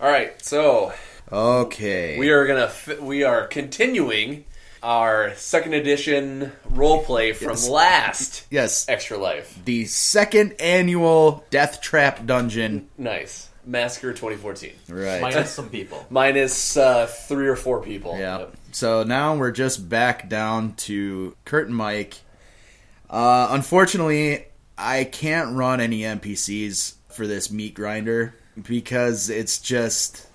All right, so Okay. we are gonna fi- we are continuing our second edition role play from Yes. last yes, Extra Life. the second annual Death Trap Dungeon. Nice Massacre 2014 Right. minus some people. minus uh, three or four people. yeah. Yep. So now we're just back down to Kurt and Mike. Uh, unfortunately, I can't run any NPCs for this meat grinder because it's just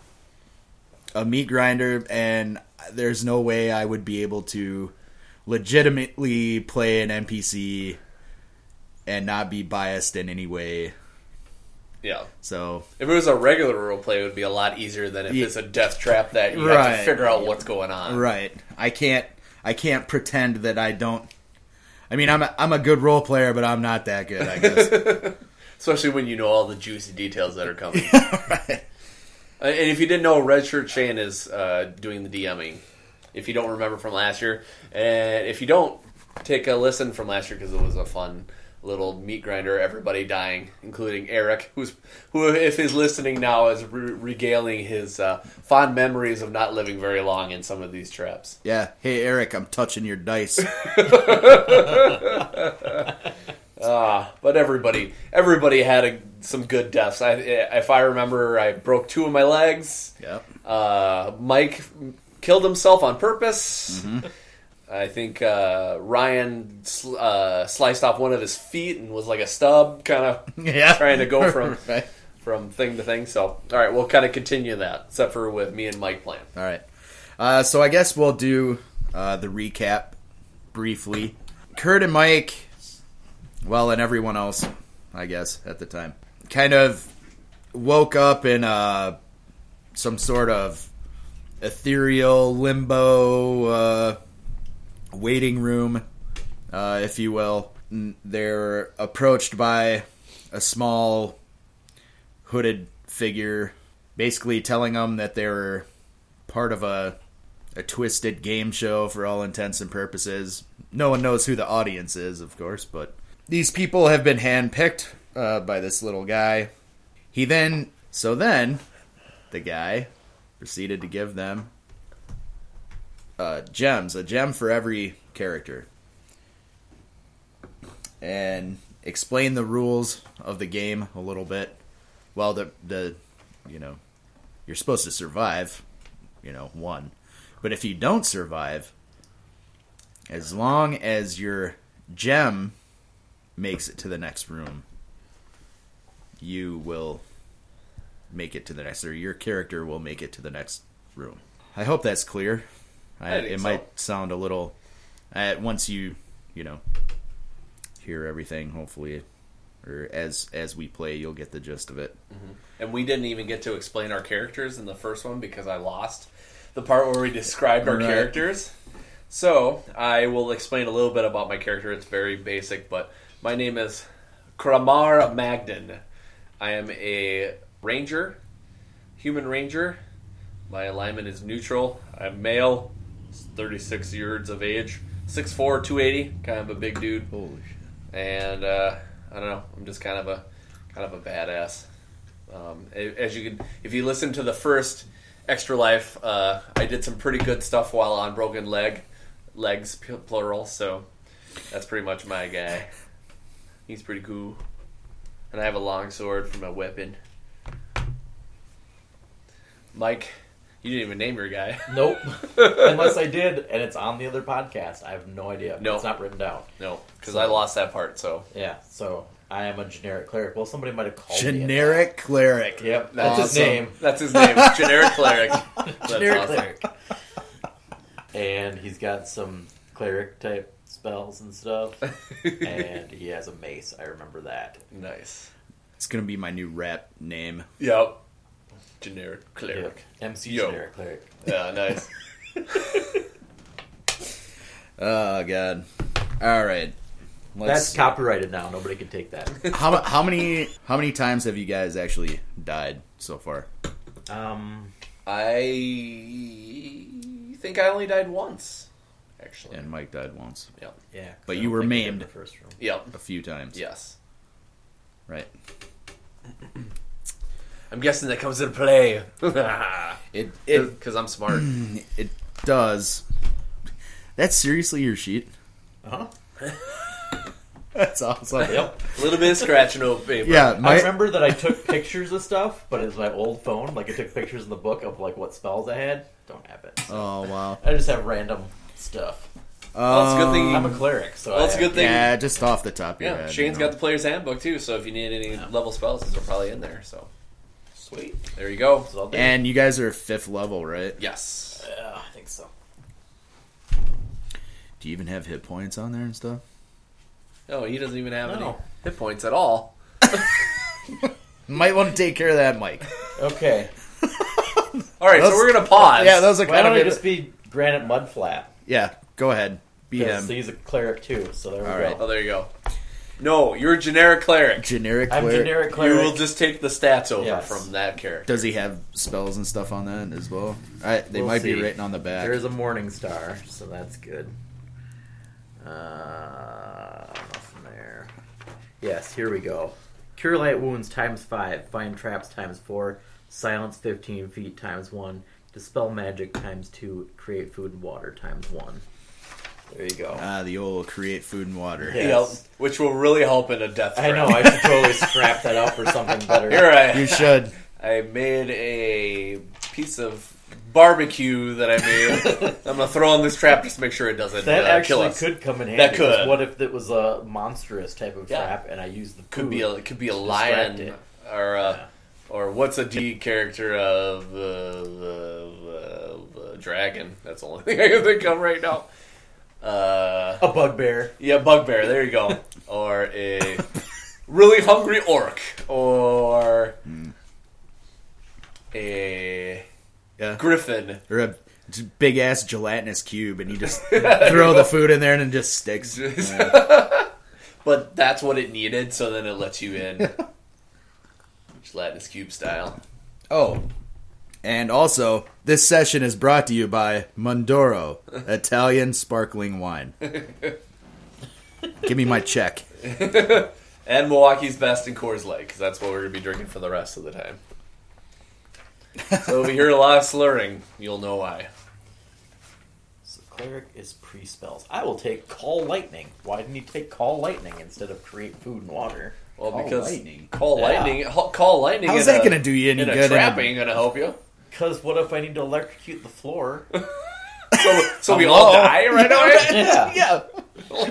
a meat grinder, and there's no way I would be able to legitimately play an NPC and not be biased in any way. yeah. So If it was a regular role play, it would be a lot easier than if Ye- it's a death trap that you have to Right. figure out what's going on. Right. I can't. I can't pretend that I don't. I mean, I'm a, I'm a good role player, but I'm not that good. I guess. Especially when you know all the juicy details that are coming. Uh, And if you didn't know, Redshirt Shane is uh, doing the DMing. If you don't remember from last year, and if you don't, take a listen from last year because it was a fun little meat grinder. Everybody dying, including Eric, who's who, if he's listening now, is re- regaling his uh, fond memories of not living very long in some of these traps. yeah. Hey, Eric, I'm touching your dice. But everybody, everybody had a, some good deaths. I, if I remember, I broke two of my legs. Yep. Uh, Mike killed himself on purpose. I think uh, Ryan sl- uh, sliced off one of his feet and was like a stub, kind of Yeah. trying to go from Right. from thing to thing. So, all right, we'll kind of continue that, except for with me and Mike playing. All right. Uh, so I guess we'll do uh, the recap briefly. Kurt and Mike, well, and everyone else, I guess, at the time, kind of woke up in uh, some sort of ethereal limbo uh, waiting room, uh, if you will. N- They're approached by a small hooded figure, basically telling them that they're part of a a twisted game show for all intents and purposes. No one knows who the audience is, of course, but these people have been handpicked uh, by this little guy. He then, so then, the guy proceeded to give them uh, gems, a gem for every character, and explain the rules of the game a little bit. Well, the the you know you're supposed to survive you know, one. But if you don't survive, as long as your gem makes it to the next room, you will make it to the next, or your character will make it to the next room. I hope that's clear. I, I think it so. might sound a little. Uh, once you, you know, hear everything, hopefully, or as as we play, you'll get the gist of it. And we didn't even get to explain our characters in the first one because I lost the part where we described our Right. characters. So I will explain a little bit about my character. It's very basic, but my name is Kramar Magden. I am a ranger, human ranger. My alignment is neutral. I'm male, 36 years of age, 6'4", 280, kind of a big dude Holy shit! and uh, I don't know. I'm just kind of a kind of a badass. Um, a- as you can, if you listen to the first Extra Life, uh, I did some pretty good stuff while on broken leg, legs p- plural. So that's pretty much my guy. He's pretty cool, and I have a long sword for my weapon. Mike, you didn't even name your guy. Nope. Unless I did, and it's on the other podcast. I have no idea. No. It's not written down. No, because I lost that part. So Yeah, so I am a generic cleric. Well, somebody might have called me. Generic cleric. it. Yep, that's his Awesome. name. that's his name, generic cleric. That's Generic awesome. cleric. And he's got some cleric type spells and stuff. and he has a mace. I remember that. Nice. It's gonna be my new rap name. Yep. Generic cleric. Yeah. MC Yo. generic cleric. Yeah, nice. Oh god. All right. That's Let's, copyrighted now. Nobody can take that. how mu- how many how many times have you guys actually died so far? Um, I think I only died once, actually. And Mike died once, Yep. yeah. 'cause But I you don't were think I did maimed. the first room. Yep. a few times. Yes. Right. I'm guessing that comes into play. Because It it I'm smart. it does. That's seriously your sheet. Uh-huh. That's awesome. Yep. A little bit of scratching over paper. Yeah, I my remember that I took pictures of stuff, but it's my old phone. Like I took pictures in the book of like what spells I had. Don't have it. Oh wow. I just have random stuff. Well, it's a good thing Um, I'm a cleric, so Well, it's a I good thing. Yeah, Yeah, just off the top of your head. Shane's you know. got the player's handbook too, so if you need any level spells, those are probably in there. So Sweet. there you go. So I'll do. And you guys are fifth level, right? Yes. Yeah, I think so. Do you even have hit points on there and stuff? No, Oh, he doesn't even have any No. hit points at all. Might want to take care of that, Mike. Okay. All right, so That's- we're gonna pause. yeah, those are Why kind don't of I it. just be Granite Mudflap? Yeah, go ahead, beat Yeah. him. So he's a cleric too. So there we All go. right. Oh, there you go. No, you're a generic cleric. Generic. I'm cleric. generic You will cleric. just take the stats over Yes. from that character. Does he have spells and stuff on that as well? I, they We'll might be see. written on the back. There is a morning star, so that's good. Uh, nothing there. Yes, here we go. Cure light wounds times five. Find traps times four. Silence fifteen feet times one. Dispel magic times two. Create food and water times one. There you go. ah, the old create food and water. Yeah. Yes. Yep, which will really help in a death. I threat. know. I should totally scrap that up for something better. You're right. You should. I made a piece of barbecue that I made. I'm gonna throw in this trap just to make sure it doesn't That uh, kill actually us. could come in handy. That could. What if it was a monstrous type of Yeah. trap, and I used the could food? be a it could be a distract lion it. or a, Yeah. or what's a D character of uh, uh, uh, uh, dragon? That's the only thing I can think of right now. Uh, a bugbear. yeah, bugbear. There you go. or a really hungry orc. Or a Yeah. griffin. Or a big ass gelatinous cube, and you just throw the food in there, and it just sticks. Just- Yeah. But that's what it needed, so then it lets you in. Gelatinous cube style. Oh, and also, this session is brought to you by Mondoro Italian sparkling wine. Give me my check. And Milwaukee's best in Coors Light, because that's what we're going to be drinking for the rest of the time. So if you hear a lot of slurring, you'll know why. So cleric is pre spells. I will take call lightning. Why didn't he take call lightning instead of create food and water? Well, Call because lightning? call Yeah. lightning, ho- call lightning. How's in that a- gonna do you any in good in A a- trap ain't gonna help you. Because what if I need to electrocute the floor? So, so we all Hello? die right away. yeah. Yeah.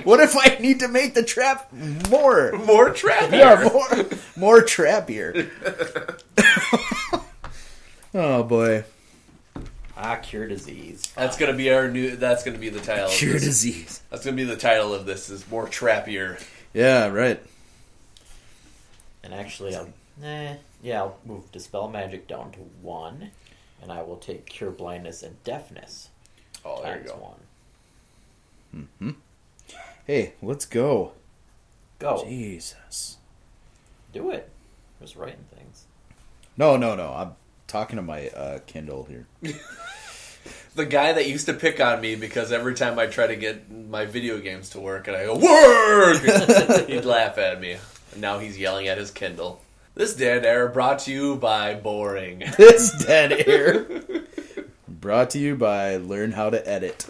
What if I need to make the trap more? More trap. Yeah, more, more trappier. oh boy, Ah, cure disease. That's gonna be our new. That's gonna be the title. of cure this. disease. That's gonna be the title of this. Is more trappier. Yeah, right. And actually, I'll, eh, yeah, I'll move dispel magic down to one, and I will take cure blindness and deafness Oh, there you times go. one. Hey, let's go. Go, Jesus. do it. Just writing things. No, no, no. I'm talking to my uh, Kindle here. The guy that used to pick on me because every time I try to get my video games to work and I go work, he'd laugh at me. And now he's yelling at his Kindle. This dead air brought to you by boring. This dead air. Brought to you by Learn How to Edit.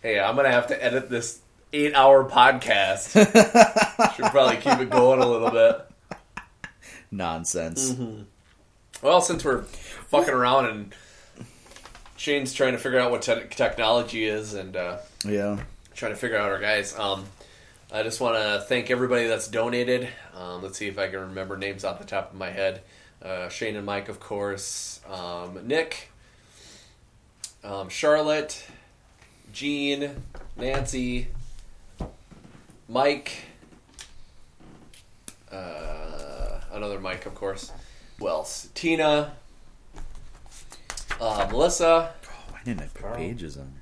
hey, I'm gonna have to edit this eight-hour podcast. Should probably keep it going a little bit. Nonsense. Well, since we're fucking around and Shane's trying to figure out what te- technology is and uh, Yeah. trying to figure out our guys, um, I just want to thank everybody that's donated. Um, let's see if I can remember names off the top of my head. Uh, Shane and Mike, of course. Um, Nick, um, Charlotte, Jean, Nancy, Mike, uh, another Mike, of course. Who else? Tina, uh, Melissa. Oh, Why didn't I put Carl. pages on?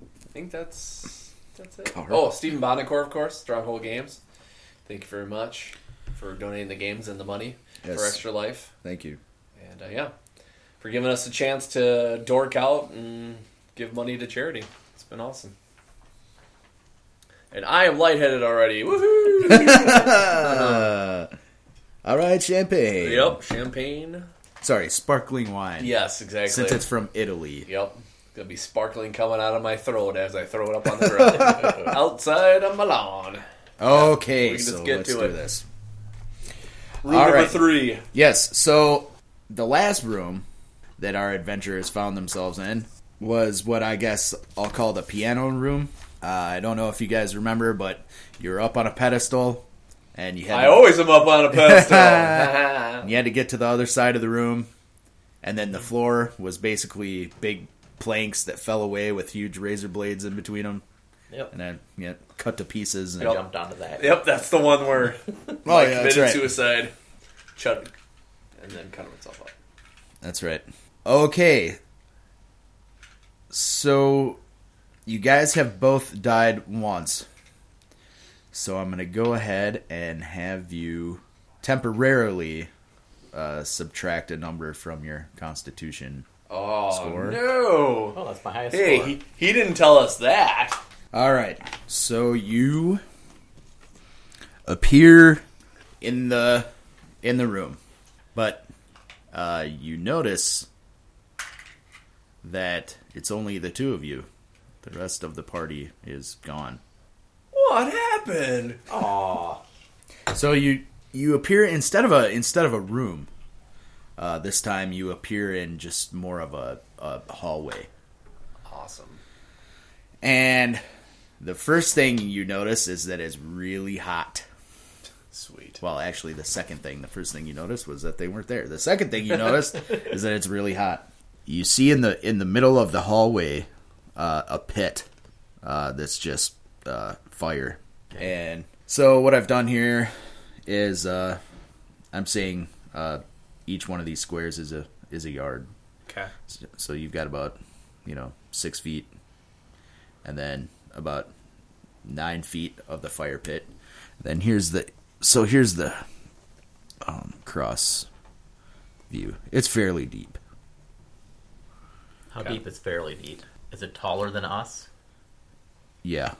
I think that's that's it. Carl. Oh, Stephen Bonacor, of course, Stronghold Games. Thank you very much for donating the games and the money for Yes. Extra Life. Thank you. And uh, yeah, for giving us a chance to dork out and give money to charity. It's been awesome. And I am lightheaded already. Woohoo! all right, champagne. yep, champagne. Sorry, sparkling wine. Yes, exactly. Since it's from Italy. yep. Gonna be sparkling coming out of my throat as I throw it up on the ground outside of Milan. Okay, We can so just get let's to do it. this. Room All number right. three. Yes, so the last room that our adventurers found themselves in was what I guess I'll call the piano room. Uh, I don't know if you guys remember, but you're up on a pedestal, and you had I always am up on a pedestal. you had to get to the other side of the room, and then the floor was basically big planks that fell away with huge razor blades in between them, Yep. and then you know, cut to pieces. And, Yep. Jumped onto that. yep, that's the one where Oh, I yeah, committed that's right. suicide, shut, and then cut himself up. That's right. Okay. So you guys have both died once. So I'm going to go ahead and have you temporarily uh, subtract a number from your constitution. Oh Score. no! Oh, that's my highest Hey, score. he, he didn't tell us that. All right. So you appear in the in the room, but uh, you notice that it's only the two of you. The rest of the party is gone. What happened? Aw. So you you appear instead of a instead of a room. Uh, this time you appear in just more of a, a hallway. Awesome. And the first thing you notice is that it's really hot. Sweet. Well, actually, the second thing, the first thing you noticed was that they weren't there. The second thing you noticed is that it's really hot. You see in the in the middle of the hallway uh, a pit uh, that's just uh, fire. And so what I've done here is uh, I'm saying uh, each one of these squares is a is a yard. Okay. So you've got about you know six feet, and then about nine feet of the fire pit. Then here's the so here's the um, cross view. It's fairly deep. How Okay. deep is fairly deep? Is it taller than us? Yeah.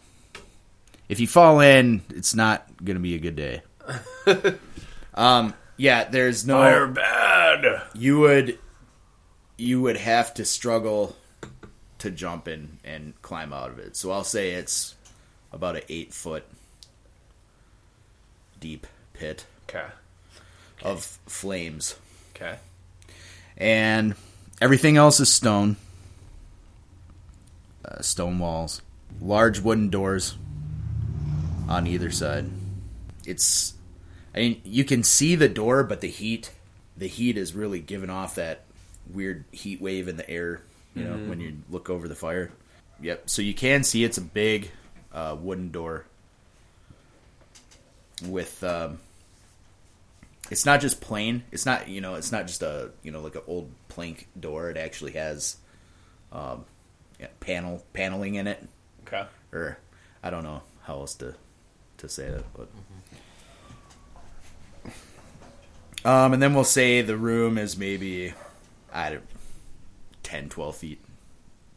If you fall in, it's not gonna be a good day. um. Yeah. There's no. Fire bad. you would you would have to struggle to jump in and climb out of it. So I'll say it's about an eight foot deep pit Okay. of flames, Okay. and everything else is stone, uh, stone walls, large wooden doors on either side. It's I mean you can see the door, but the heat the heat is really giving off that weird heat wave in the air. You know when you look over the fire. Yep. So you can see it's a big uh, wooden door with. Um, it's not just plain. It's not you know. It's not just a you know like an old plank door. It actually has, um, yeah, panel paneling in it Okay. or I don't know how else to to say that, but um, and then we'll say the room is maybe I don't 10, 12 feet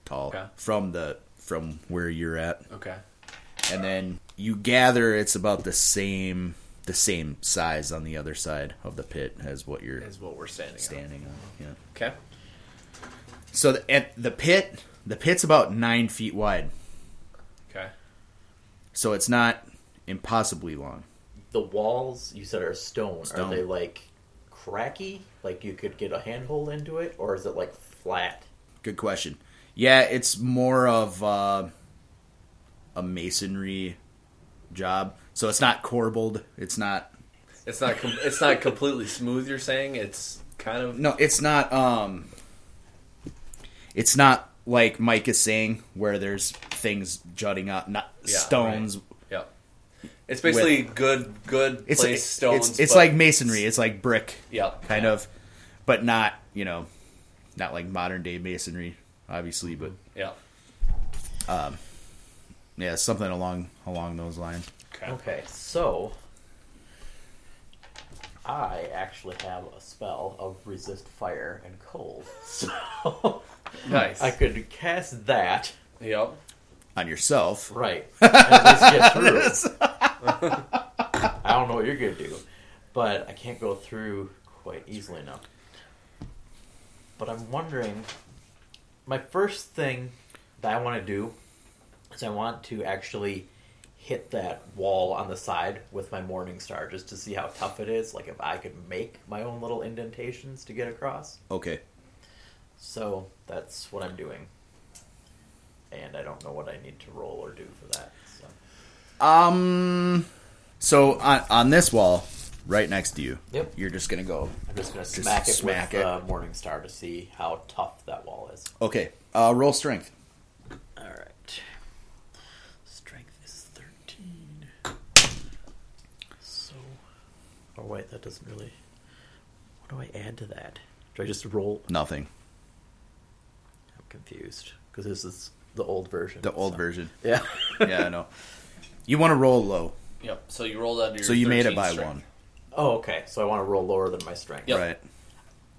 tall Okay. from the from where you're at, Okay. and then you gather it's about the same the same size on the other side of the pit as what you're Is what we're standing. on. standing on. Yeah. Okay. So the, at the pit, the pit's about nine feet wide, Okay. so it's not impossibly long. The walls you said are stone. Stone. Are they like cracky? Like you could get a handhold into it, or is it like flat? Good question. Yeah, it's more of uh, a masonry job, so it's not corbelled. It's not It's not. Com- it's not completely smooth. You're saying it's kind of. no, it's not. Um, it's not like Mike is saying where there's things jutting out, not Yeah, stones. Yeah. It's basically good, good It's place it's- stones. It's, it's but- like masonry. It's like brick, yeah, kind yeah, of, but not you know, not like modern day masonry, obviously. But Yeah. yeah, something along along those lines. Okay, so I actually have a spell of resist fire and cold, so Nice. I could cast that yep. On yourself, right. And at least get through. I don't know what you're gonna do, but I can't go through quite easily enough. But I'm wondering. My first thing that I want to do is I want to actually hit that wall on the side with my morning star just to see how tough it is. Like if I could make my own little indentations to get across. okay. So that's what I'm doing. And I don't know what I need to roll or do for that. So. Um, so on on this wall, right next to you, Yep. you're just gonna go. I'm just gonna Just smack it smack with it. Uh, Morning Star to see how tough that wall is. Okay, uh, roll strength. All right, strength is thirteen. So, oh wait, that doesn't really. What do I add to that? Do I just roll? Nothing. I'm confused because this is the old version. The old so- version. Yeah. Yeah, I know. You want to roll low, Yep. So you rolled under. Your so you made it 13 by strength. one, oh, okay. So I want to roll lower than my strength. Yep. right?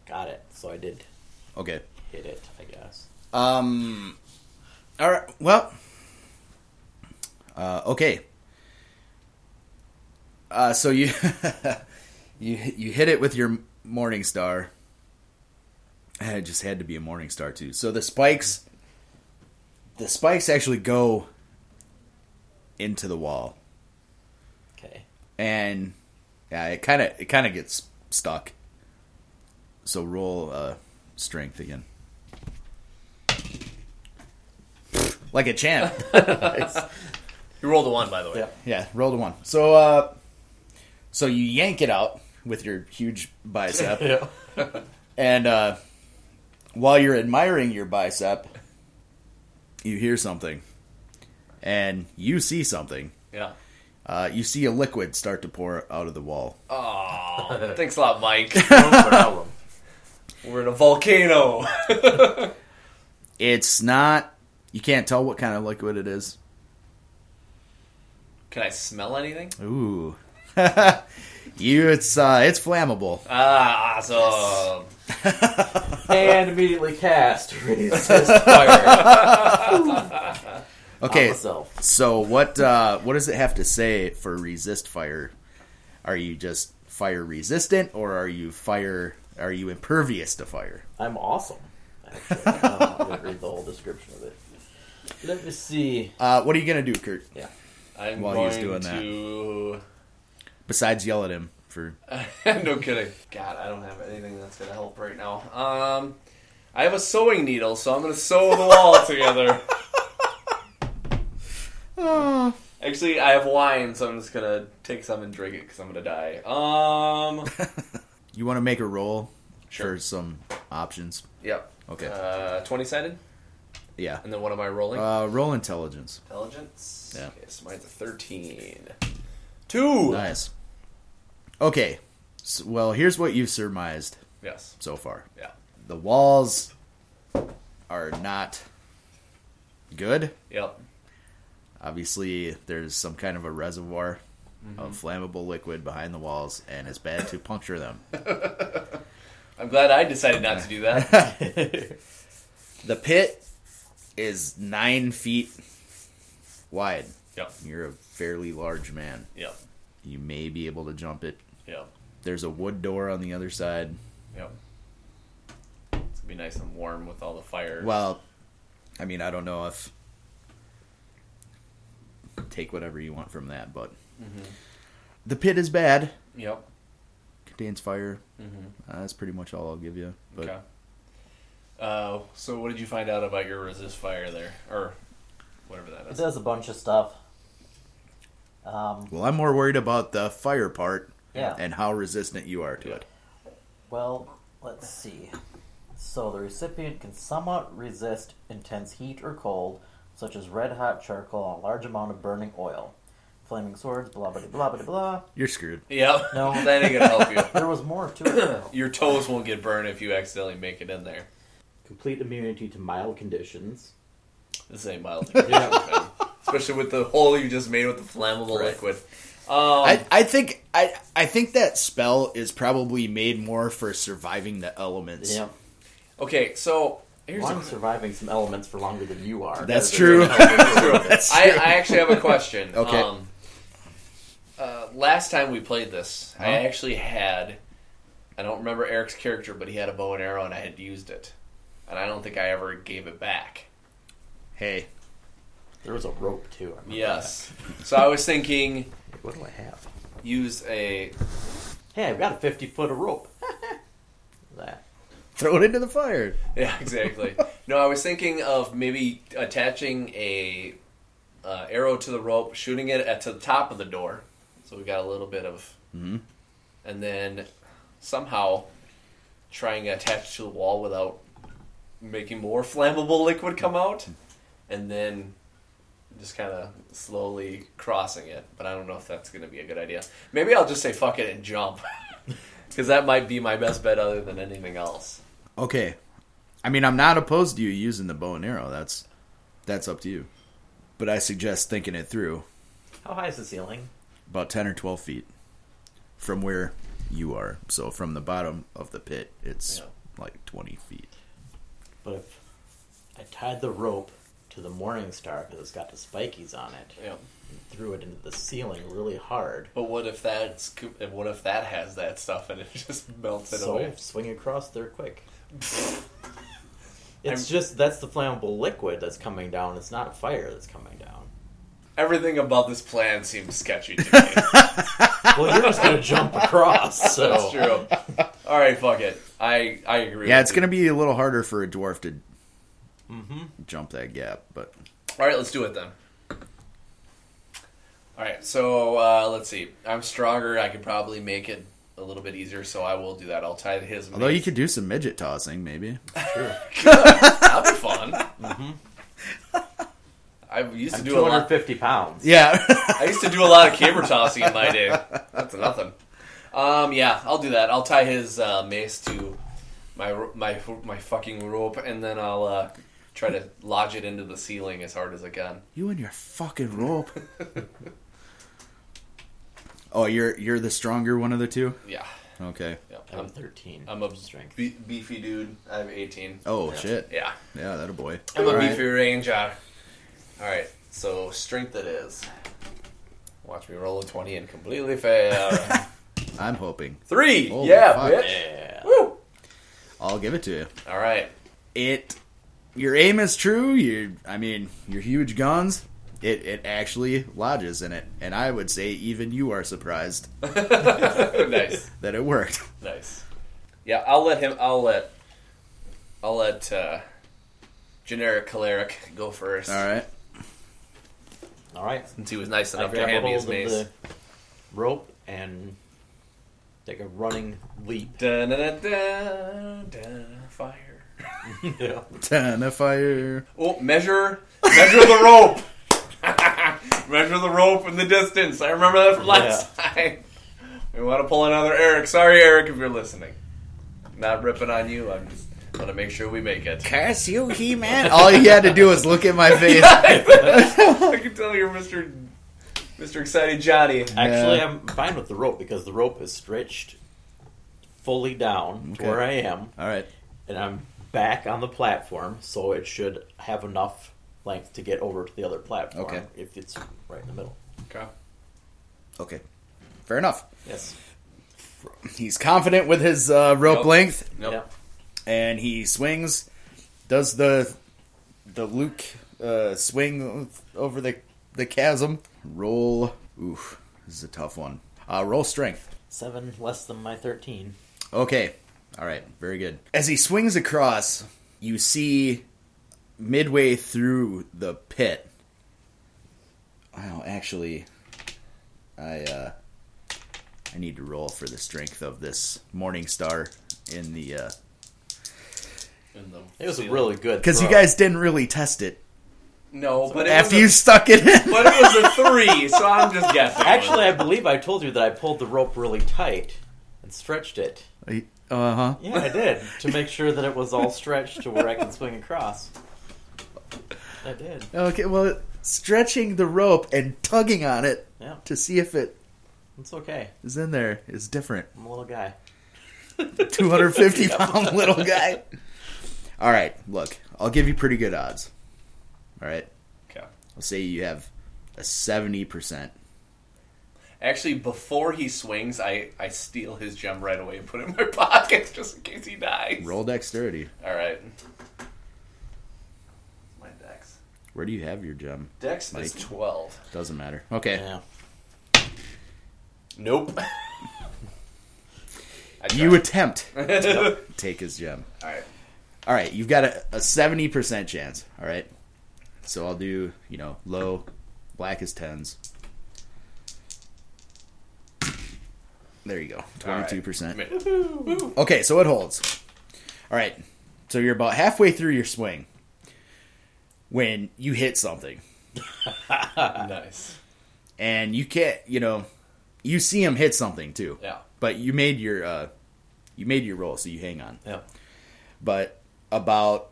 Got it. So I did Okay. hit it. I guess. Um. All right. Well. Uh, okay. Uh, so you you you hit it with your morning star. And it just had to be a morning star too. So the spikes, the spikes actually go into the wall, Okay. and yeah, it kind of it kind of gets stuck. So roll uh, strength again, like a champ. You rolled a one, by the way. Yep. Yeah, roll to one. So, uh, so you yank it out with your huge bicep, Yeah. and uh, while you're admiring your bicep, you hear something, and you see something. Yeah. Uh, you see a liquid start to pour out of the wall. Oh, thanks a lot, Mike. No problem. We're in a volcano. It's not. You can't tell what kind of liquid it is. Can I smell anything? Ooh. you, it's uh, it's flammable. Ah, awesome. and immediately cast resist fire on Okay, myself. So what uh, what does it have to say for resist fire? Are you just fire resistant, or are you fire? Are you impervious to fire? I'm awesome. Actually, I'm not gonna read the whole description of it. Let me see. Uh, what are you gonna do, Kurt? Yeah, I'm While going he's doing that. to. Besides yell at him for no kidding. God, I don't have anything that's gonna help right now. Um, I have a sewing needle, so I'm gonna sew the wall together. Ah. Actually, I have wine, so I'm just gonna take some and drink it because I'm gonna die. Um, you want to make a roll Sure. for some options. yep. Okay, Uh, twenty sided, yeah. and then what am I rolling? Uh, roll intelligence. Intelligence. Yeah. Okay, so mine's a thirteen. Two. Nice. Okay. S well, here's what you've surmised Yes. so far. Yeah. The walls are not good. Yep. Obviously, there's some kind of a reservoir of flammable liquid behind the walls, and it's bad to puncture them. I'm glad I decided not to do that. The pit is nine feet wide. yep. You're a fairly large man. Yep. You may be able to jump it. Yep. There's a wood door on the other side. Yep. It's gonna be nice and warm with all the fire. Well, I mean, I don't know if. Take whatever you want from that, but. Mm-hmm. The pit is bad. Yep. Contains fire. Mhm. Uh, that's pretty much all I'll give you. But okay. Uh, so what did you find out about your resist fire there, or whatever that it is? does a bunch of stuff. Um, Well, I'm more worried about the fire part Yeah. and how resistant you are to it. well, let's see. So the recipient can somewhat resist intense heat or cold, such as red hot charcoal, a large amount of burning oil, flaming swords, blah blah blah blah blah. You're screwed. Yep. No. that ain't gonna help you. There was more to it. though. Your toes won't get burned if you accidentally make it in there. Complete immunity to mild conditions. This ain't mild. Yeah. Especially with the hole you just made with the flammable Right. liquid. Um, I, I think I I think that spell is probably made more for surviving the elements. yeah. okay, so here's Well, I'm a surviving some elements for longer than you are. That's That true. doesn't really help me. That's I, true. I actually have a question. Okay. Um, uh, last time we played this, I Uh-huh. actually had. I don't remember Eric's character, but he had a bow and arrow, and I had used it, and I don't think I ever gave it back. hey, There was a rope too. I remember Yes. so I was thinking, that. What do I have? use a Hey, I've got a 50 foot of rope. that. throw it into the fire. yeah, exactly. no, I was thinking of maybe attaching a uh, arrow to the rope, shooting it at to the top of the door, so we got a little bit of, Mhm. and then somehow trying to attach to the wall without making more flammable liquid come out, and then just kind of slowly crossing it. But I don't know if that's going to be a good idea. Maybe I'll just say fuck it and jump. Because that might be my best bet, other than anything else. Okay, I mean I'm not opposed to you using the bow and arrow. That's that's up to you, but I suggest thinking it through How high is the ceiling? about ten or twelve feet from where you are. So from the bottom of the pit, it's Yeah. like twenty feet. But if I tied the rope to the Morning Star because it's got the spikies on it, Yeah. threw it into the ceiling really hard, But what if that's co- and what if that has that stuff and it just melts it so away? swing across there quick. It's just that's the flammable liquid that's coming down. It's not fire that's coming down. Everything about this plan seems sketchy to me. Well, you're just gonna jump across. So that's true. All right, fuck it. I I agree. Yeah, with it's you. gonna be a little harder for a dwarf to Mm-hmm. jump that gap, but All right, let's do it then. All right, so uh, let's see. I'm stronger. I could probably make it a little bit easier, so I will do that. I'll tie his. although you mace. could do some midget tossing, maybe. that'd be fun. I used to I'm do a lot. 250 pounds. Yeah. I used to do a lot of camera tossing in my day. That's nothing. Um, yeah, I'll do that. I'll tie his uh, mace to my ro- my my fucking rope, and then I'll uh, try to lodge it into the ceiling as hard as I can. You and your fucking rope. oh, you're you're the stronger one of the two. Yeah, Okay. yeah. I'm I'm, 13. I'm a strength. be- beefy dude. I have 18. Oh Yeah. shit. Yeah, Yeah, that a boy. I'm a Alright. beefy ranger. All right, so strength it is. Watch me roll a 20 and completely fail. I'm hoping Three. Holy yeah, fuck. bitch. Yeah. Woo. I'll give it to you. All right. It. Your aim is true. You, I mean, your huge guns. It it actually lodges in it, and I would say even you are surprised nice. that it worked. Nice. Yeah, I'll let him. I'll let. I'll let uh, generic choleric go first. All right. All right. Since he was nice I enough to grab hand me hold his of mace. the rope and take a running leap. Dun, dun, dun, dun, dun, fire. yeah. Ten of fire. Oh, measure, measure the rope. measure the rope in the distance. I remember that from last time. We want to pull another Eric. Sorry, Eric, if you're listening. Not ripping on you. I'm just want to make sure we make it. Curse you, He Man! All you had to do was look at my face. I can tell you're Mr. Mr. Excited Johnny. Actually, I'm fine with the rope because the rope is stretched fully down Okay. to where I am, All right. and I'm back on the platform, so it should have enough length to get over to the other platform Okay. if it's right in the middle. Okay. Okay. Fair enough. Yes. He's confident with his uh, rope Yep. length, Nope. Yeah. and he swings. Does the the Luke uh, swing over the the chasm? Roll. Oof, this is a tough one. Uh, roll strength. Seven less than my 13. Okay. All right. Very good. As he swings across, you see midway through the pit. Oh, actually, I uh, I need to roll for the strength of this morning star in the. Uh, In the It was a ceiling. really good Because you throw. guys didn't really test it. No, but it was After a- you stuck it in. but it was a three, so I'm just guessing. Actually, I believe I told you that I pulled the rope really tight and stretched it. Uh huh. Yeah, I did to make sure that it was all stretched to where I can swing across. I did. Okay, well, stretching the rope and tugging on it Yeah, to see if it it's okay. is in there is different. I'm a little guy. 250 pound little guy. All right, look, I'll give you pretty good odds. All right, Okay. I'll say you have a 70%. Actually, before he swings, I, I steal his gem right away and put it in my pocket just in case he dies. Roll dexterity. All right. My dex. Where do you have your gem? Dex is Mike. 12. Doesn't matter. Okay. Yeah. Nope. I You attempt tried. to take his gem. All right. All right, you've got a, a 70% chance. All right. So I'll do, you know, low, black is tens. There you go. All right. 22%. Mi- Okay, so it holds. All right. So you're about halfway through your swing when you hit something nice. and you can't, you know, you see him hit something too. Yeah. But you made your uh you made your roll, so you hang on. Yeah. But about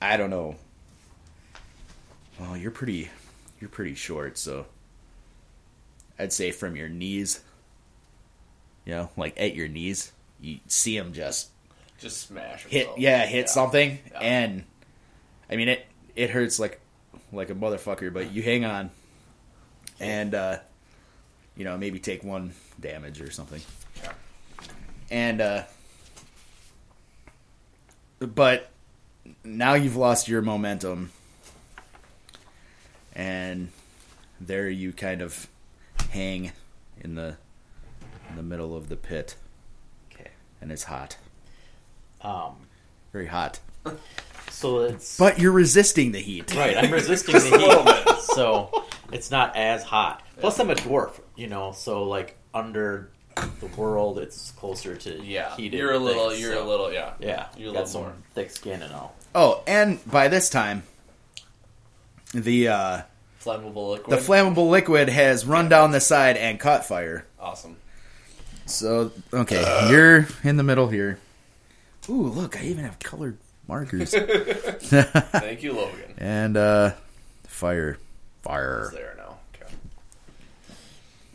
I don't know. Well, you're pretty you're pretty short, so I'd say from your knees, you know, like at your knees, you see him just Just smash. hit himself. yeah hit something Yeah. and i mean it it hurts like like a motherfucker but you hang on and uh you know maybe take one damage or something Yeah. and uh but now you've lost your momentum and there you kind of hang in the in the middle of the pit Okay. and it's hot Um. very hot So it's But you're resisting the heat. right. I'm resisting the heat, so it's not as hot. Plus, I'm a dwarf, you know. So like under the world, it's closer to Yeah. Heated You're a little. things, you're so- a little. Yeah. Yeah, You're a got little some more. thick skin and all. Oh, and by this time, the uh, Flammable liquid. the flammable liquid has run down the side and caught fire. awesome. So okay, Uh. you're in the middle here. Ooh, look! I even have colored markers. Thank you, Logan. and uh, fire, It's fire, there now. Okay.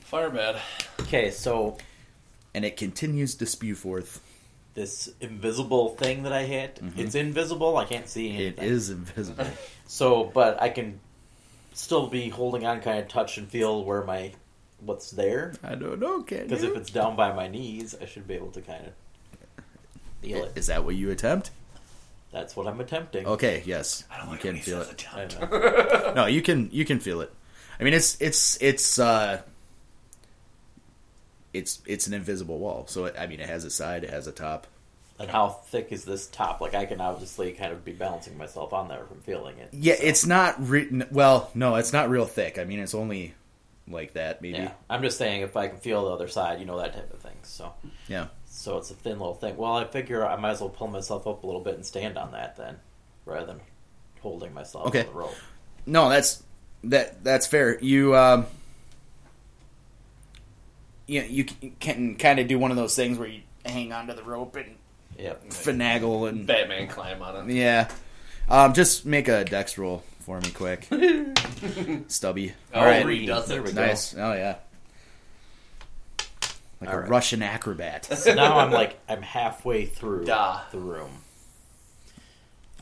Fire bad. Okay, so and it continues to spew forth. this invisible thing that I hit, it's invisible. I can't see Mm-hmm. It anything. is invisible. So, but I can still be holding on, kind of touch and feel where my what's there. I don't know, can Because if you? it's down by my knees, I should be able to kind of feel it. Is that what you attempt? That's what I'm attempting. Okay, yes, you can feel it. I know. No, you can you can feel it. I mean, it's it's it's uh, it's it's an invisible wall. So it, I mean, it has a side, it has a top. And how thick is this top? Like I can obviously kind of be balancing myself on there from feeling it. Yeah, it's not written. Well, no, it's not real thick. I mean, it's only like that, maybe. Yeah, I'm just saying if I can feel the other side, you know that type of thing. So, Yeah. so it's a thin little thing. Well, I figure I might as well pull myself up a little bit and stand on that then, rather than holding myself Okay. on the rope. No, that's that that's fair. You um, you you c- can kind of do one of those things where you hang onto the rope and Yep. finagle and Batman climb on it. Yeah. Um, just make a dex roll for me quick. Stubby. Oh, All right. Reed does There it. we go. Nice. Oh, yeah. Like All a right. Russian acrobat. So now I'm like I'm halfway through Duh. the room.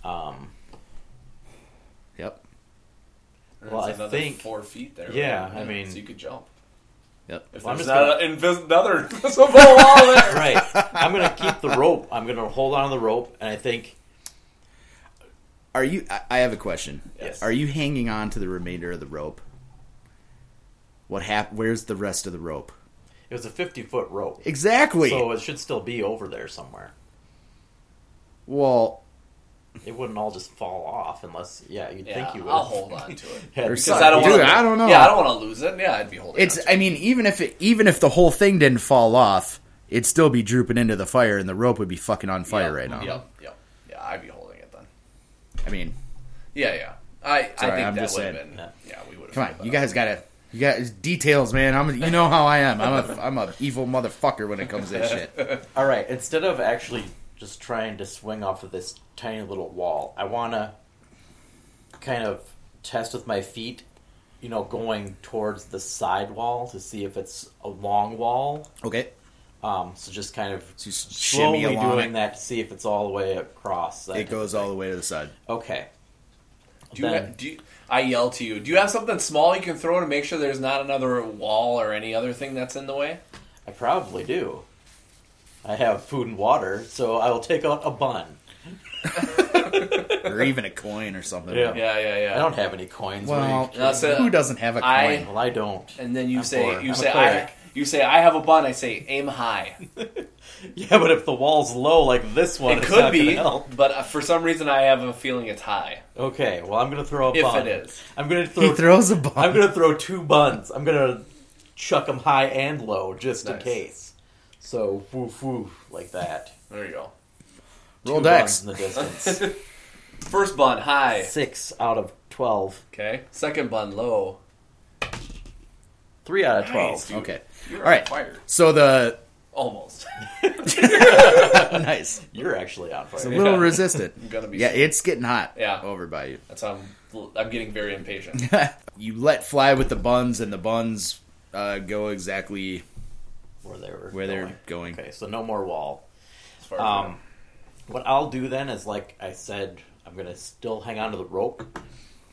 Um. yep. There's Well, I another think- four feet there. Yeah, right? I mean- so you could jump. Yep. If Well, I'm there's just not an invis- another invisible wall there. Right. I'm gonna keep the rope. I'm gonna hold on to the rope, and I think Are you? I, I have a question. Yes. Are you hanging on to the remainder of the rope? What hap- Where's the rest of the rope? it was a 50 foot rope, Exactly. so Oh, it should still be over there somewhere. well, It wouldn't all just fall off unless, yeah, you'd Yeah, think you would. I'll hold on to it. Yeah, Or because something. I don't Dude, wanna, I don't know. Yeah, I don't want to lose it. Yeah, I'd be Oh, holding. it's. on to I mean, even if it, even if the whole thing didn't fall off, it'd still be drooping into the fire, and the rope would be fucking on it. fire Yep, right now. Yep, yep. Yeah, I'd be holding it then. I mean, Yeah, yeah. I, I Sorry, think I'm that just would have saying. been. Yeah, we would have. Come on, you guys gotta. You got details, man. I'm you know how I am. I'm a I'm a evil motherfucker when it comes to that shit. All right, instead of actually just trying to swing off of this tiny little wall, I want to kind of test with my feet, you know, going towards the side wall to see if it's a long wall. Okay, Um, so just kind of So you s- shimmy slowly along doing it. that to see if it's all the way across. that it goes all the way to the side. Okay. Do you, Then- do you, I yell to you? Do you have something small you can throw to make sure there's not another wall or any other thing that's in the way? I probably do. I have food and water, so I will take out a bun. or even a coin or something. Yeah. Yeah, yeah, yeah. I don't have any coins. what Well, do you- That's it. who doesn't have a coin? I- well, I don't. and then you I'm say poor. you I'm a say I cleric. you say I have a bun. I say aim high. Yeah, but if the wall's low like this one, it it's could not gonna be, help. but uh, for some reason I have a feeling it's high. Okay, well, I'm gonna throw a If bun. it is. I'm gonna throw. he throws a bomb. I'm gonna throw two buns. I'm gonna chuck them high and low just in Nice. case. So woof woof like that. There you go. Roll two dex. buns in the distance. First bun high. Six out of twelve. Okay. Second bun low. Three out of Nice, twelve. dude. okay, You're All right. on fire. so the Almost. nice, You're actually on fire. it's a little Yeah. resistant. I'm gonna be. Yeah, it's getting hot. Yeah. over by you. That's how I'm, I'm getting very impatient. you let fly with the buns, and the buns uh, go exactly where they were. where they're going. going. Okay, so no more wall. As far as I know. Um, what I'll do then is, like I said, I'm gonna still hang on to the rope.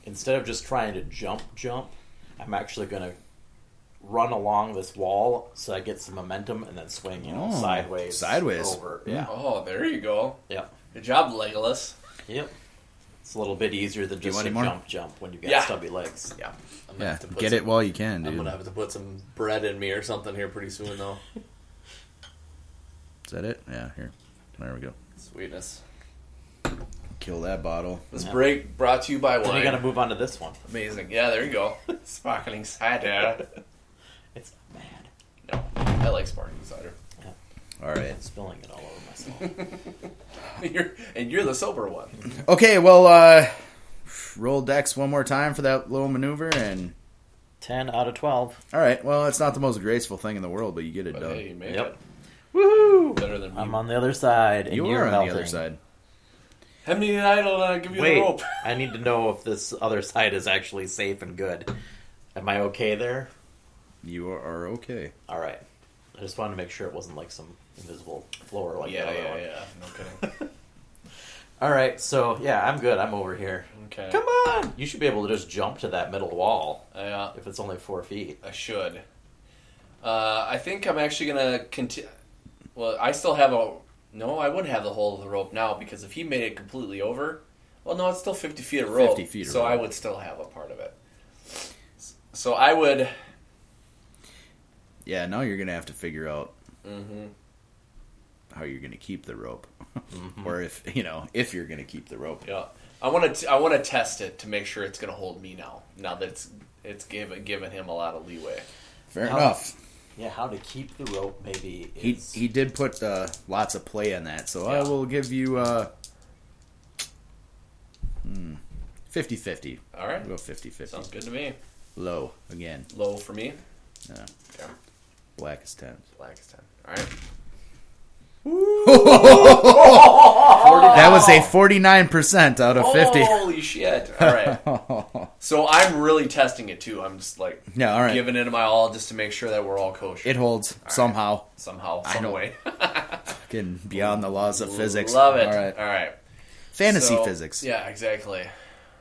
Instead of just trying to jump, jump, I'm actually gonna run along this wall so I get some momentum and then swing, you know, Oh, sideways, sideways. over. Yeah, oh, there you go. yep, Good job, Legolas. yep. It's a little bit easier than just want a any more? jump, jump when you've got Yeah. stubby legs. Yeah. I'm gonna Yeah, have to put get some- it while you can, I'm dude. gonna have to put some bread in me or something here pretty soon, though. Is that it? Yeah, here. There we go. Sweetness. Kill that bottle. This Yeah. break brought to you by Then wine. you gotta move on to this one. Amazing. Yeah, there you go. Sparkling cider. It's not bad. No, I like sparkling cider. All right. I'm spilling it all over myself. You're, and you're the sober one. Okay, well, uh, roll dex one more time for that little maneuver, and Ten out of twelve. all right. Well, it's not the most graceful thing in the world, but you get it But done. hey, you made Yep. it. Woohoo! Better than me. I'm on the other side, and you you're are on melting. the other side. How many did I uh, give you the Wait, rope? I need to know if this other side is actually safe and good. Am I okay there? You are okay. All right. I just wanted to make sure it wasn't like some invisible floor like the Oh, yeah, other yeah, one. yeah. No kidding. All right, so yeah, I'm good. I'm over here. Okay. Come on! You should be able to just jump to that middle wall Yeah, if it's only four feet. I should. Uh, I think I'm actually gonna continue. Well, I still have a. No, I would have the whole of the rope now because if he made it completely over, well, no, it's still 50 feet of rope. 50 feet of so rope. I would still have a part of it. So I would. Yeah, now you're gonna have to figure out hmm how you're gonna keep the rope, Mm-hmm. Hmm. or if you know if you're gonna keep the rope. Yeah, I want to. I want to test it to make sure it's going to hold me now. Now that it's it's given given him a lot of leeway. Fair How- enough. Yeah, how to keep the rope maybe He is... he did put uh, lots of play on that, so I Yeah. will give you uh, hmm, 50-50. All right, We'll go 50-50. sounds good to me. Low again. Low for me. Yeah. Yeah, Black is ten. black is ten. All right. That was a forty-nine percent out of fifty. Holy shit! All right. so I'm really testing it too. I'm just like yeah, all right. giving it my all just to make sure that we're all kosher it holds somehow. somehow, I some don't- way. Fucking beyond the laws of physics. Love it. All right. All right. Fantasy So- physics. Oh, Yeah, exactly.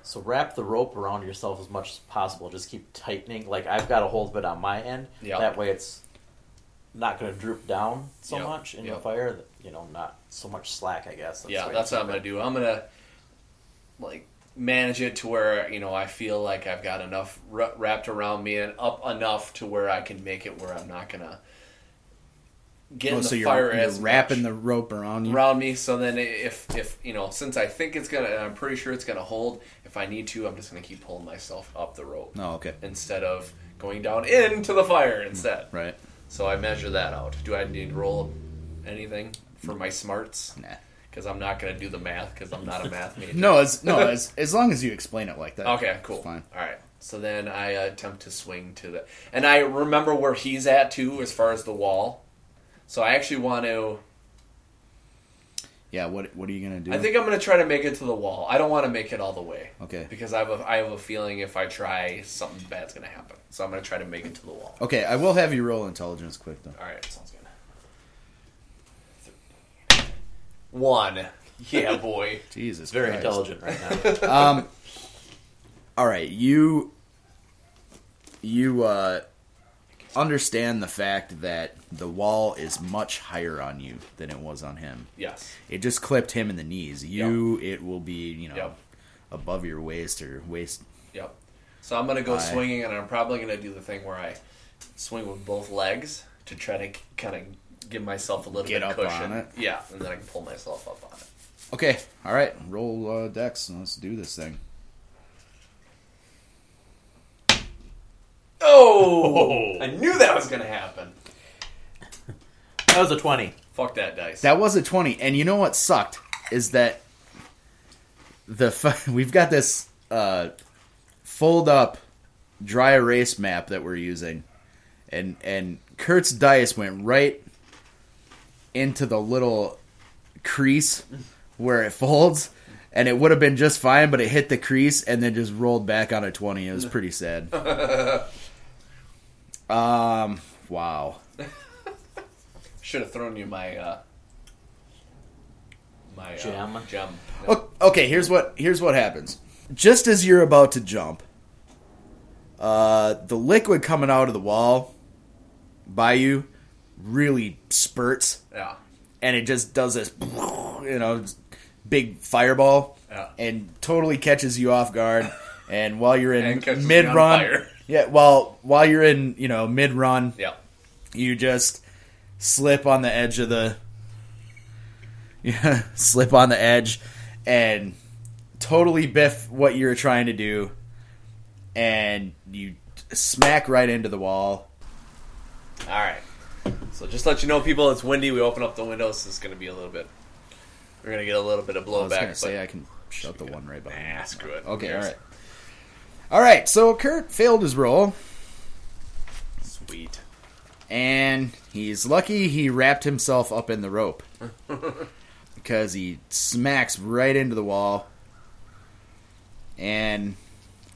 So wrap the rope around yourself as much as possible. Just keep tightening. Like I've got a hold of it on my end. Yeah. That way it's not going to droop down so Yeah, much in yeah. the fire. that, You know, not so much slack. I guess. yeah, the way that's to what I'm gonna keep it. do. I'm gonna like manage it to where you know I feel like I've got enough wra- wrapped around me and up enough to where I can make it where I'm not gonna get Oh, in the so you're, fire you're as wrapping much the rope around you. around me. So then, i- if if you know, since I think it's gonna, and I'm pretty sure it's gonna hold. If I need to, I'm just gonna keep pulling myself up the rope Oh, okay. instead of going down into the fire instead. Right. So I measure that out. Do I need to roll anything for my smarts? Nah. because I'm not going to do the math because I'm not a math major. No, as no, as as long as you explain it like that. Okay, it's cool. Fine. All right. So then I uh, attempt to swing to the, and I remember where he's at too, as far as the wall. So I actually want to. Yeah. What What are you gonna do? I think I'm going to try to make it to the wall. I don't want to make it all the way Okay. because I have a, I have a feeling if I try, something bad's going to happen. So I'm going to try to make it to the wall. Okay, I will have you roll intelligence quick though. All right, sounds good. One. Yeah, boy. Jesus, Very Christ. intelligent right now. Um. all right, you. You uh, understand the fact that the wall is much higher on you than it was on him. yes. It just clipped him in the knees. You, it will be you know Yep. above your waist or waist. Yep. So I'm gonna go Aye. swinging, and I'm probably gonna do the thing where I swing with both legs to try to kind of give myself a little Get bit up cushion. on it. Yeah, and then I can pull myself up on it. Okay, all right, roll uh, dex and let's do this thing. Oh! I knew that was gonna happen. that was a 20. Fuck that dice. That was a 20. And you know what sucked is that the fu- we've got this uh, fold up dry erase map that we're using and and Kurt's dice went right into the little crease where it folds and it would have been just fine but it hit the crease and then just rolled back on a 20. It was pretty sad. um wow. Should have thrown you my uh, my uh, Gem. Gem. No. O- Okay, here's what here's what happens. Just as you're about to jump, uh, the liquid coming out of the wall by you really spurts, Yeah. and it just does this, you know, big fireball, Yeah. and totally catches you off guard. And while you're in And catches me on mid run, fire. yeah, while while you're in you know mid run, Yeah. you just slip on the edge of the yeah, slip on the edge and totally biff what you're trying to do and you smack right into the wall All right. So just to let you know, people, it's windy. We open up the windows. It's gonna be a little bit. We're gonna get a little bit of i was blowback. gonna say but- i can shut the one right behind Nah, screw it. okay all Yes. right all right so kurt failed his roll Sweet. and he's lucky he wrapped himself up in the rope because he smacks right into the wall and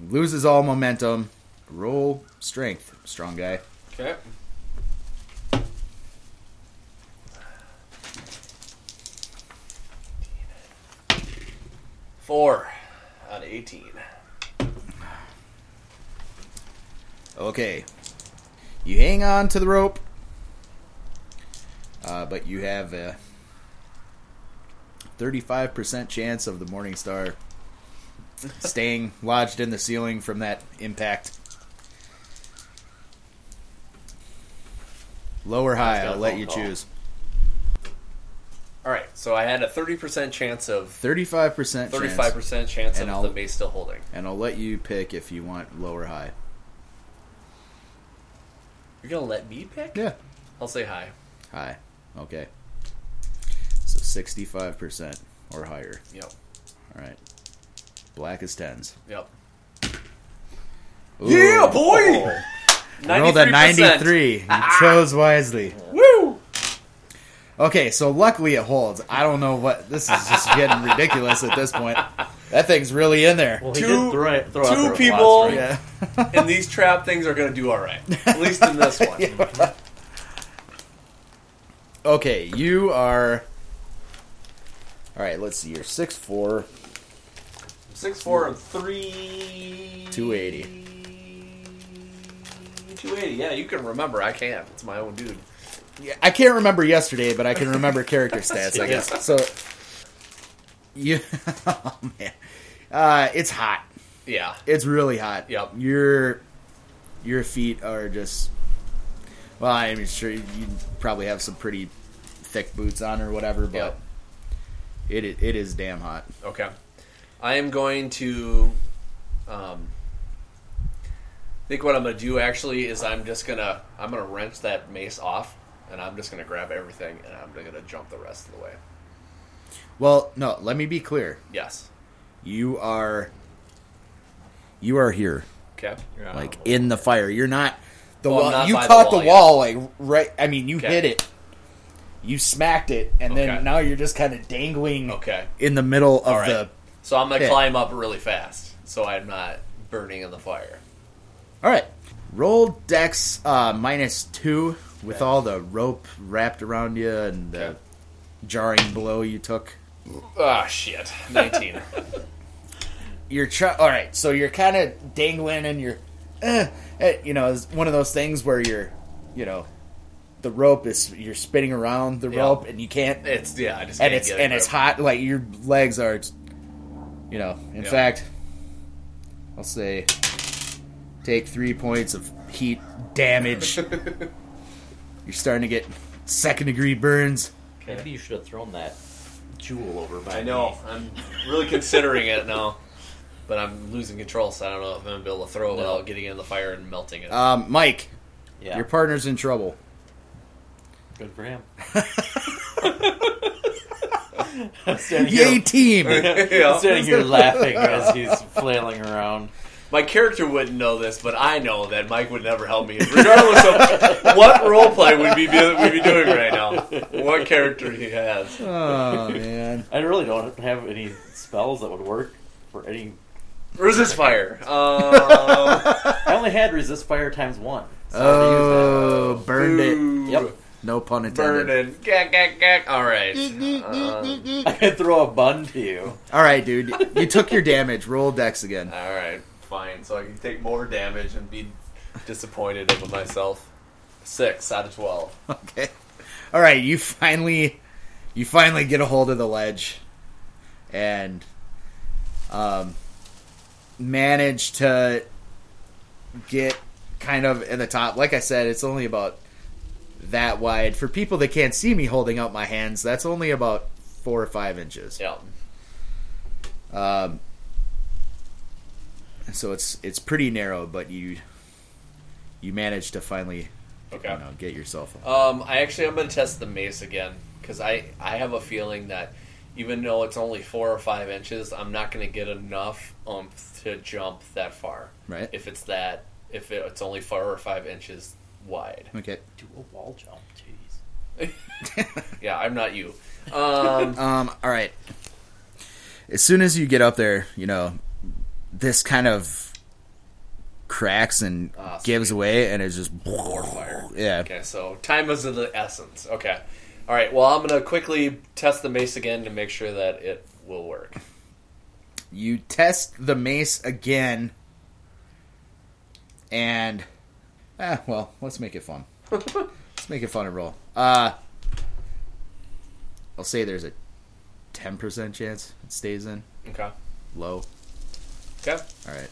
loses all momentum. Roll strength, strong guy. Okay. Four out of eighteen. Okay, you hang on to the rope, uh, but you have a thirty-five percent chance of the Morning Star staying lodged in the ceiling from that impact. Low or high, got a I'll let phone you call. choose. All right, so I had a thirty percent chance of Thirty-five percent, thirty-five percent chance And of I'll- the base still holding. and I'll let you pick if you want low or high. You're gonna let me pick? Yeah, I'll say hi. high. Okay, so sixty-five percent or higher. Yep. All right. Black is tens. Yep. Ooh. Yeah, boy. Oh. Ah. I rolled a 93. You chose wisely. Woo! Okay, so luckily it holds. I don't know what. This is just getting ridiculous at this point. That thing's really in there. Well, he Two- did throw, it- throw out two there a lot of people- strength. yeah. And these trap things are gonna do all right, at least in this one. Okay, you are. All right, let's see. You're six four. Six four and three. 280. Two eighty. Yeah, you can remember. I can't. It's my own dude. Yeah, I can't remember yesterday, but I can remember character stats. I Yeah. guess so. You, oh man, uh, it's hot. Yeah. It's really hot. Yep. Your your feet are just. Well, I'm sure you probably have some pretty thick boots on or whatever, but Yep. it it it is damn hot. Okay. I am going to. Um, I think what I'm going to do actually is I'm just gonna I'm gonna wrench that mace off, and I'm just gonna grab everything, and I'm gonna jump the rest of the way. Well, no, let me be clear. Yes. You are you are here. Okay. Yeah. like in the fire. You're not the Oh. Well, I'm wall. not you by the caught the wall yet. wall, like right. I mean, you Okay. hit it. You smacked it, and Okay. then now you're just kind of dangling Okay. in the middle of All right. the. so I'm gonna pit. climb up really fast, so I'm not burning in the fire. All right, roll dex uh, minus two with all the rope wrapped around you and the Okay. jarring blow you took. Ah, shit. Nineteen. You're try- all right, so you're kind of dangling, and you're, eh, eh, you know, it's one of those things where you're, you know, the rope is you're spinning around the Yeah. rope, and you can't it's yeah. I just and can't it's get and a it's grip. hot. Like your legs are, you know. In Yeah. fact, I'll say, take three points of heat damage. You're starting to get second degree burns. Maybe you should have thrown that jewel over by I know. me. I'm really considering it now, but I'm losing control, so I don't know if I'm gonna be able to throw No. Uh, it without getting in the fire and melting it. Um, Mike, Yeah. your partner's in trouble. Good for him. I'm standing Yay, here, team! I'm yeah. standing here laughing as he's flailing around. My character wouldn't know this, but I know that Mike would never help me, regardless of what roleplay we'd be we'd be doing right now, what character he has. oh man, I really don't have any spells that would work for any. Resist fire. Um, I only had resist fire times one. So I had to use oh, burned it. boo. Yep. No pun intended. Burning. Gack, gack, gack. All right. Um, that. I could throw a bun to you. All right, dude, you took your damage. Roll dex again. all right. Fine. So I can take more damage and be disappointed of myself. Six out of twelve. Okay. All right, you finally you finally get a hold of the ledge and um manage to get kind of in the top. Like I said, it's only about that wide. For people that can't see me holding out my hands, that's only about 4 or 5 inches. Yeah. Um, so it's it's pretty narrow, but you you manage to finally you Okay. know, get yourself up. Um, I actually I'm gonna test the mace again because I I have a feeling that even though it's only four or five inches, I'm not gonna get enough oomph to jump that far. Right. If it's that, if it, it's only four or five inches wide. Okay. Do a wall jump, jeez. Yeah, I'm not you. Um, Um, all right. As soon as you get up there, you know, this kind of cracks and Ah, sweet. gives away, and it's just more fire. yeah. Okay, so time is of the essence. Okay. All right. Well, I'm gonna quickly test the mace again to make sure that it will work. You test the mace again, and ah, well, let's make it fun. let's make it fun and roll. Uh, I'll say there's a ten percent chance it stays in Okay. low. Okay. All right.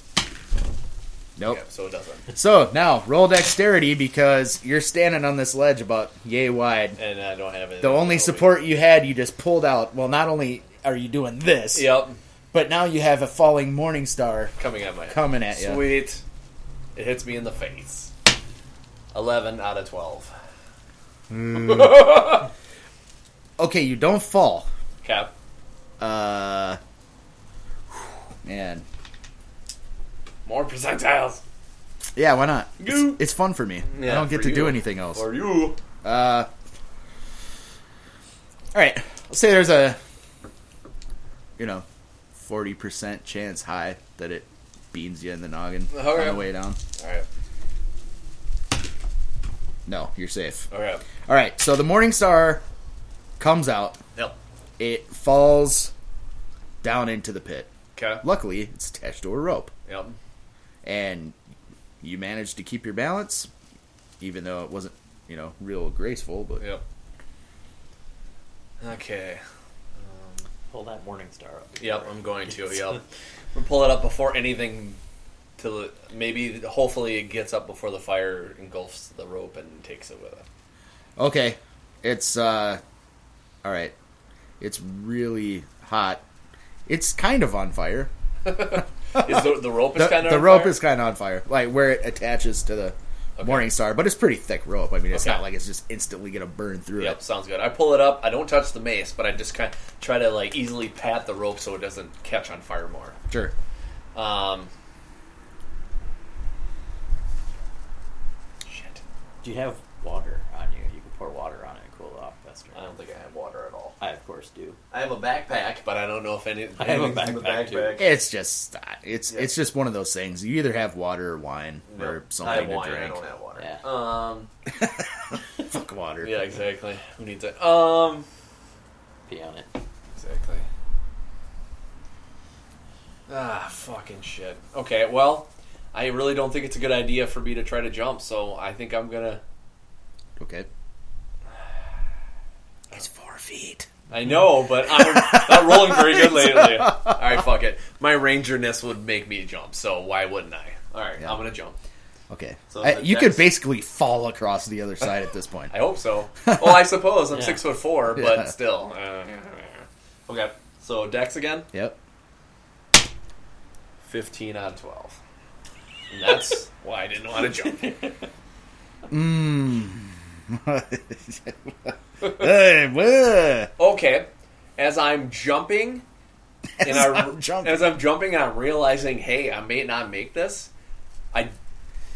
Nope. Yeah, so it doesn't, So now roll dexterity because you're standing on this ledge about yay wide. and I don't have it. The only support you had, you just pulled out. Well, not only are you doing this, Yep. but now you have a falling morning star Coming at my head. coming at you. Sweet. It hits me in the face. 11 out of 12. Okay, you don't fall. Cap. Uh, man, More percentiles. yeah, why not? You- It's, it's fun for me. I Yeah, don't get for to do you. anything else. For you. Uh, all right. Let's say there's a, you know, forty percent chance high that it beans you in the noggin on Okay. the way down. Alright. No, you're safe. Alright. All right. So the morning star comes out. Yep. It falls down into the pit. Okay. Luckily, it's attached to a rope, Yep. and you managed to keep your balance, even though it wasn't, you know, real graceful. But Yep. Okay. Pull that morning star up. Yep, I'm going to. Yep. We'll pull it up before anything. Till it, maybe, hopefully, it gets up before the fire engulfs the rope and takes it with it. Okay. It's uh all right. It's really hot. It's kind of on fire. Is the, the rope is The, kind of the rope is kind of on fire, like where it attaches to the Morningstar, but it's pretty thick rope. I mean, it's Okay. not like it's just instantly gonna burn through Yep, it. sounds good. I pull it up. I don't touch the mace, but I just kind of try to like easily pat the rope so it doesn't catch on fire more. Sure. Um, shit, Do you have water on you? You can pour water on it and cool it off faster. I don't think I have water at all. I, of course, do. I have a backpack, but I don't know if any. I have a anything's in the backpack, too. It's just uh, it's Yeah. it's just one of those things. You either have water or wine No, or I have something to wine, I drink. don't have water. Yeah. Um. Fuck water. Yeah. Exactly. Who needs it? Um. Pee on it. Exactly. Ah, fucking shit. Okay, well, I really don't think it's a good idea for me to try to jump, so I think I'm gonna. Okay. It's four feet. I know, but I'm not rolling very good lately. All right, fuck it. My rangerness would make me jump, so why wouldn't I? All right, Yeah. I'm gonna jump. Okay. So I- the you could next- basically fall across the other side at this point. I hope so. Well, I suppose I'm Yeah. six foot four, but Yeah. still. Uh, okay, so Dex again. Yep. Fifteen out of twelve. And that's why I didn't know how to jump. Mmm. hey, bleh. Okay, as I'm jumping, and I, I'm jumping. as I'm jumping, I'm realizing, hey, I may not make this. I,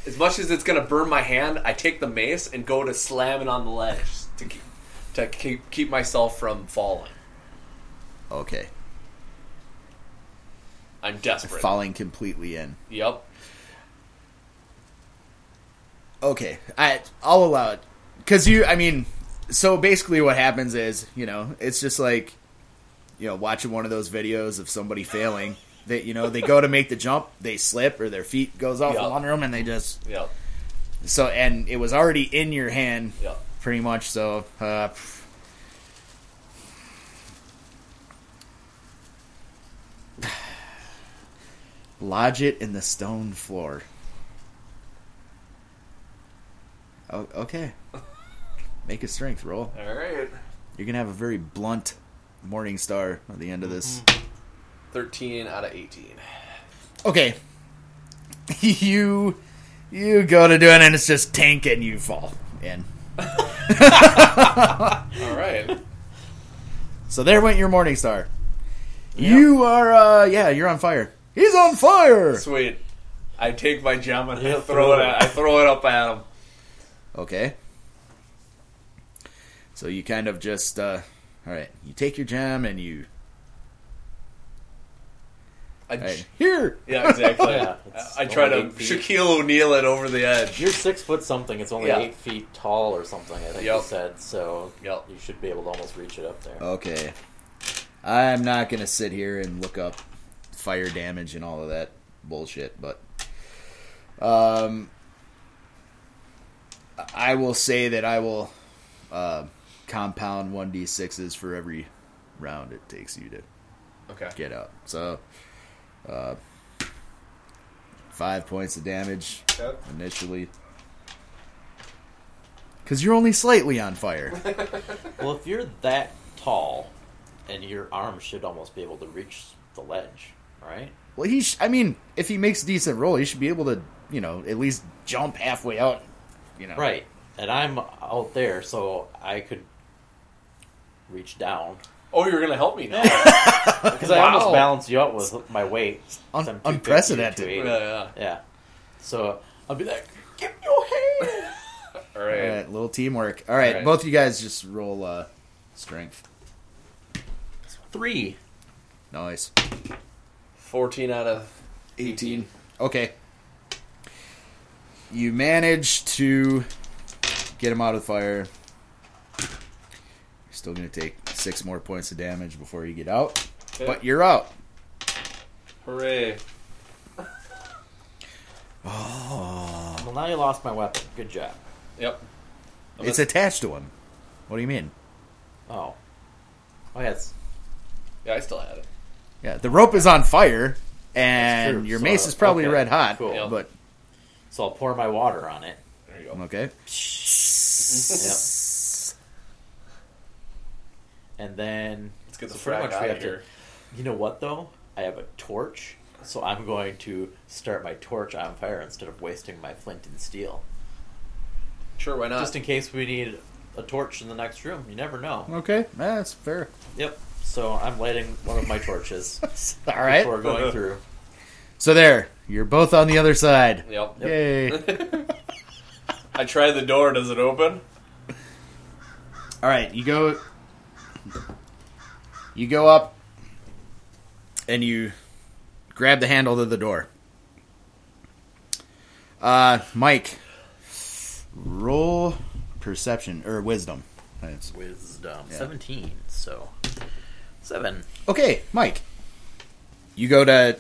as much as it's gonna burn my hand, I take the mace and go to slam it on the ledge to keep, to keep, keep myself from falling. Okay. I'm desperate. Falling completely in. Yep. Okay, I I'll allow it because you. I mean, so basically, what happens is you know it's just like you know watching one of those videos of somebody failing that you know they go to make the jump, they slip or their feet goes off Yeah. under them, and they just Yep. so and it was already in your hand Yep. pretty much. So uh, pff. lodge it in the stone floor. O- okay, make a strength roll. All right. You're gonna have a very blunt morning star at the end of this. Thirteen out of eighteen. Okay, you you go to do it, and it's just tank, and you fall in. All right. So there went your morning star. You are, uh, yeah, you're on fire. He's on fire. Sweet. I take my gem and I throw it. At, I throw it up at him. Okay. So you kind of just, uh, all right. You take your gem and you, I, all right, here. Yeah, exactly. Yeah, it's I, I try to only eight feet. Shaquille O'Neal it over the edge. You're six foot something. It's only Yeah. eight feet tall or something. I think Yep. you said so. Yep. You should be able to almost reach it up there. Okay. I'm not gonna sit here and look up fire damage and all of that bullshit, but, um, I will say that I will, uh, compound one d sixes for every round it takes you to Okay. get up. So, uh, five points of damage Yep. initially. Because you're only slightly on fire. Well, if you're that tall, and your arm should almost be able to reach the ledge, right? well, he. Sh- I mean, if he makes a decent roll, he should be able to, you know, at least jump halfway out. You know, Right. And I'm out there, so I could reach down Oh, you're gonna help me now. because I almost balance you out with my weight. 'cause Un- I'm 250 or unprecedented. 280. yeah, Yeah. So I'll be like, give me your hand. yeah. All right. All right, little teamwork. All right, All right. both you guys just roll uh, strength. Three. Nice. Fourteen out of 18. Okay. You manage to get him out of the fire. You're still going to take six more points of damage before you get out, Okay. but you're out. Hooray! Oh. Well, now you lost my weapon. Good job. Yep. I'm It's gonna- attached to him. What do you mean? Oh. Oh, yeah, it's yeah, I still had it. Yeah, the rope is on fire, That's and true. your So, mace is probably okay, red hot. cool. Yeah. But So I'll pour my water on it. There you go. okay, And then Let's get the So pretty frack much we out of have to- here. You know what though? I have a torch, so I'm going to start my torch on fire instead of wasting my flint and steel. Sure, why not? just in case we need a torch in the next room. You never know. Okay, yeah, that's fair. Yep. So I'm lighting one of my torches All right. before going through. So there, you're both on the other side. yep. Yay. All I try the door. Does it open? right, you go. You go up, and you grab the handle to the door. Uh, Mike, roll perception or wisdom. That's- Wisdom. Yeah. 17, so. 7. Okay, Mike. You go to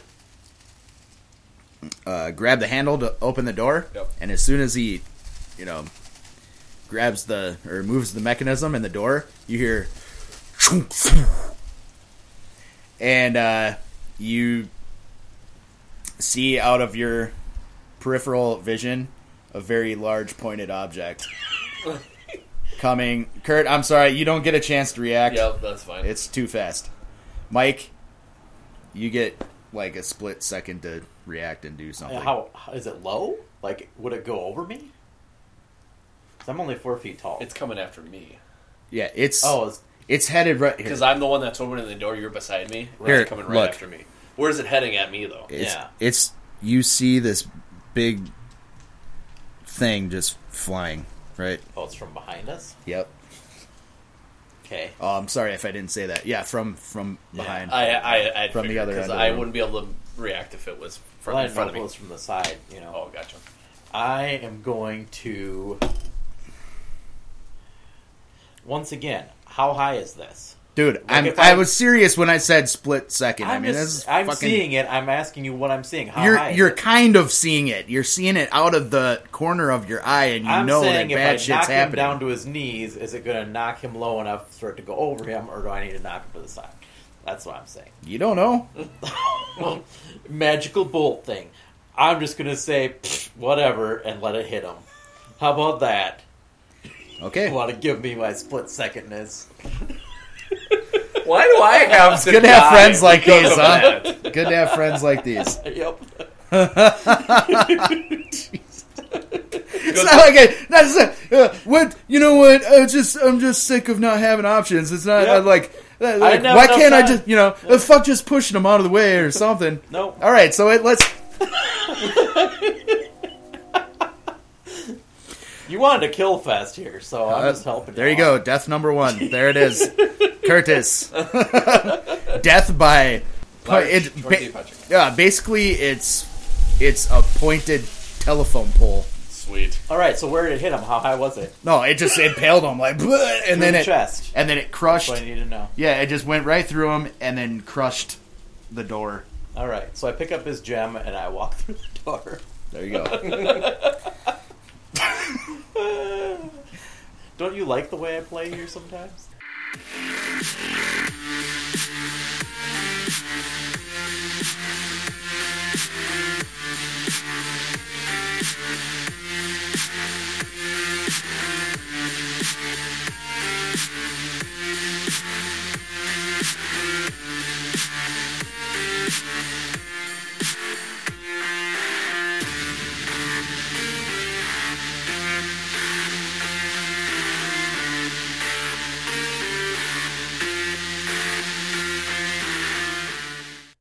uh, grab the handle to open the door, Yep. and as soon as he, you know, grabs the or moves the mechanism in the door, you hear, and uh, you see out of your peripheral vision a very large pointed object coming. Kurt, I'm sorry, you don't get a chance to react. Yep, that's fine. It's too fast. Mike, you get like a split second to react and do something. How, how is it low? Like, would it go over me? 'Cause I'm only four feet tall. It's coming after me Yeah, it's oh, it's, it's headed right here. because I'm the one that's opening the door. You're beside me. Here, it's coming right look. after me. Where is it heading at me though? It's, yeah. it's you see this big thing just flying, right? oh, it's from behind us. Yep. Okay. Oh, I'm sorry if I didn't say that. Yeah, from from behind. I I I'd From the other because end of the I room. wouldn't be able to react if it was Oh, from Well, I in didn't front know if of it me. was from the side. You know. Oh, gotcha. I am going to. Once again, how high is this? Dude, I'm, if I, I- was serious when I said split second. I I'm, mean, just- this is I'm fucking, seeing it. I'm asking you what I'm seeing. How You're high? is you're it? kind of seeing it. You're seeing it out of the corner of your eye, and you I'm know that saying if bad I knock shit's him happening. down to his knees, is it going to knock him low enough for it to go over him, or do I need to knock him to the side? That's what I'm saying. you don't know. Magical bolt thing. I'm just going to say "Pfft, whatever and let it hit him. How about that? Okay. You want to give me my split secondness? Why do I have to Good to have die friends like because these, of huh? that? Good to have friends like these. Yep. It's not like I, not just like, uh, what you know. What I just I'm just sick of not having options. It's not Yep. uh, like, uh, like, have why enough can't I time. just you know uh, fuck just pushing them out of the way or something. Nope. All right, so it, let's. You wanted to kill fast here, so I'm uh, just helping. there you out. go. Death number one. There it is. Curtis. Death by. Large, it- short, ba- deep punching. yeah, basically it's it's a pointed telephone pole. Sweet. All right, so where did it hit him? How high was it? No, it just impaled him like, bleh, and Through then the it chest. and then it crushed. So I need to know. Yeah, it just went right through him and then crushed the door. All right, so I pick up his gem and I walk through the door. There you go. Don't you like the way I play here sometimes?